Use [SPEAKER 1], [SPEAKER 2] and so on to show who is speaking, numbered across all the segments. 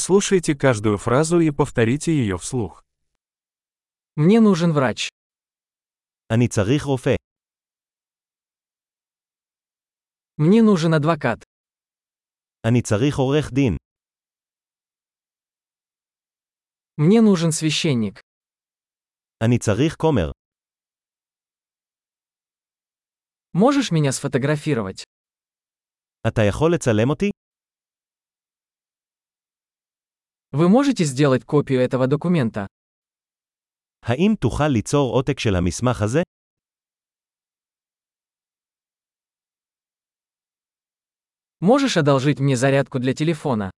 [SPEAKER 1] Прослушайте каждую фразу и повторите ее вслух.
[SPEAKER 2] Мне нужен врач.
[SPEAKER 3] אני צריך רופא.
[SPEAKER 2] Мне нужен адвокат.
[SPEAKER 3] אני צריך עורך דין.
[SPEAKER 2] Мне нужен священник.
[SPEAKER 3] אני צריך כומר.
[SPEAKER 2] Можешь меня сфотографировать?
[SPEAKER 3] אתה יכול לצלם אותי?
[SPEAKER 2] Вы можете сделать копию этого документа?
[SPEAKER 3] האם תוכל ליצור עותק של המסמך הזה?
[SPEAKER 2] Можешь одолжить мне зарядку для телефона?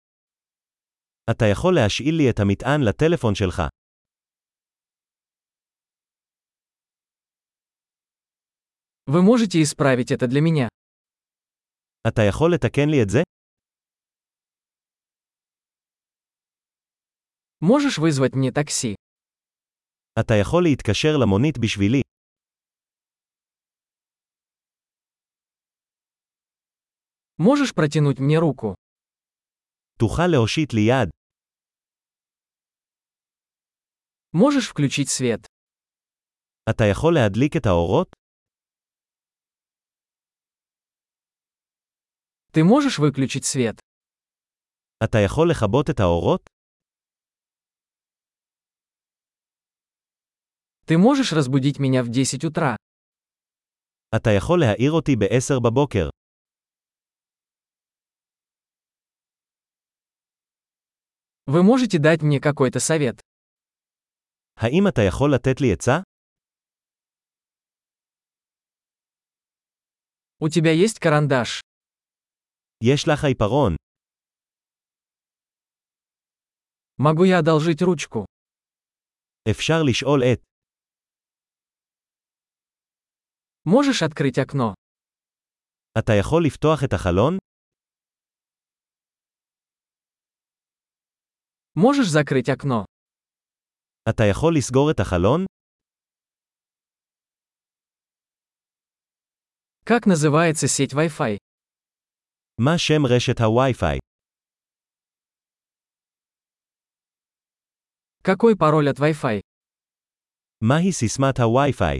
[SPEAKER 3] אתה יכול להשאיל לי את המטען לטלפון שלך.
[SPEAKER 2] Вы можете исправить это для меня?
[SPEAKER 3] אתה יכול לתקן לי את זה?
[SPEAKER 2] Можешь вызвать мне такси?
[SPEAKER 3] אתה יכול להתקשר למונית בשבילי.
[SPEAKER 2] Можешь протянуть мне руку?
[SPEAKER 3] תוכל להושיט לי יד.
[SPEAKER 2] Можешь включить свет?
[SPEAKER 3] אתה יכול להדליק את האורות?
[SPEAKER 2] Ты можешь выключить свет?
[SPEAKER 3] אתה יכול לכבות את האורות?
[SPEAKER 2] Ты можешь разбудить меня в 10 утра?
[SPEAKER 3] אתה יכול להעיר אותי ב-10 בבוקר.
[SPEAKER 2] Вы можете дать мне какой-то совет?
[SPEAKER 3] האם אתה יכול לתת לי עצה?
[SPEAKER 2] У тебя есть карандаш?
[SPEAKER 3] יש לך עיפרון.
[SPEAKER 2] Могу я одолжить ручку?
[SPEAKER 3] אפשר לשאול את.
[SPEAKER 2] Можешь открыть окно?
[SPEAKER 3] אתה יכול לפתוח את החלון?
[SPEAKER 2] Можешь закрыть окно?
[SPEAKER 3] אתה יכול לסגור את החלון?
[SPEAKER 2] Как называется сеть Wi-Fi?
[SPEAKER 3] מה שם רשת הווי-פיי?
[SPEAKER 2] Какой пароль от Wi-Fi?
[SPEAKER 3] מהי סיסמת הווי-פיי?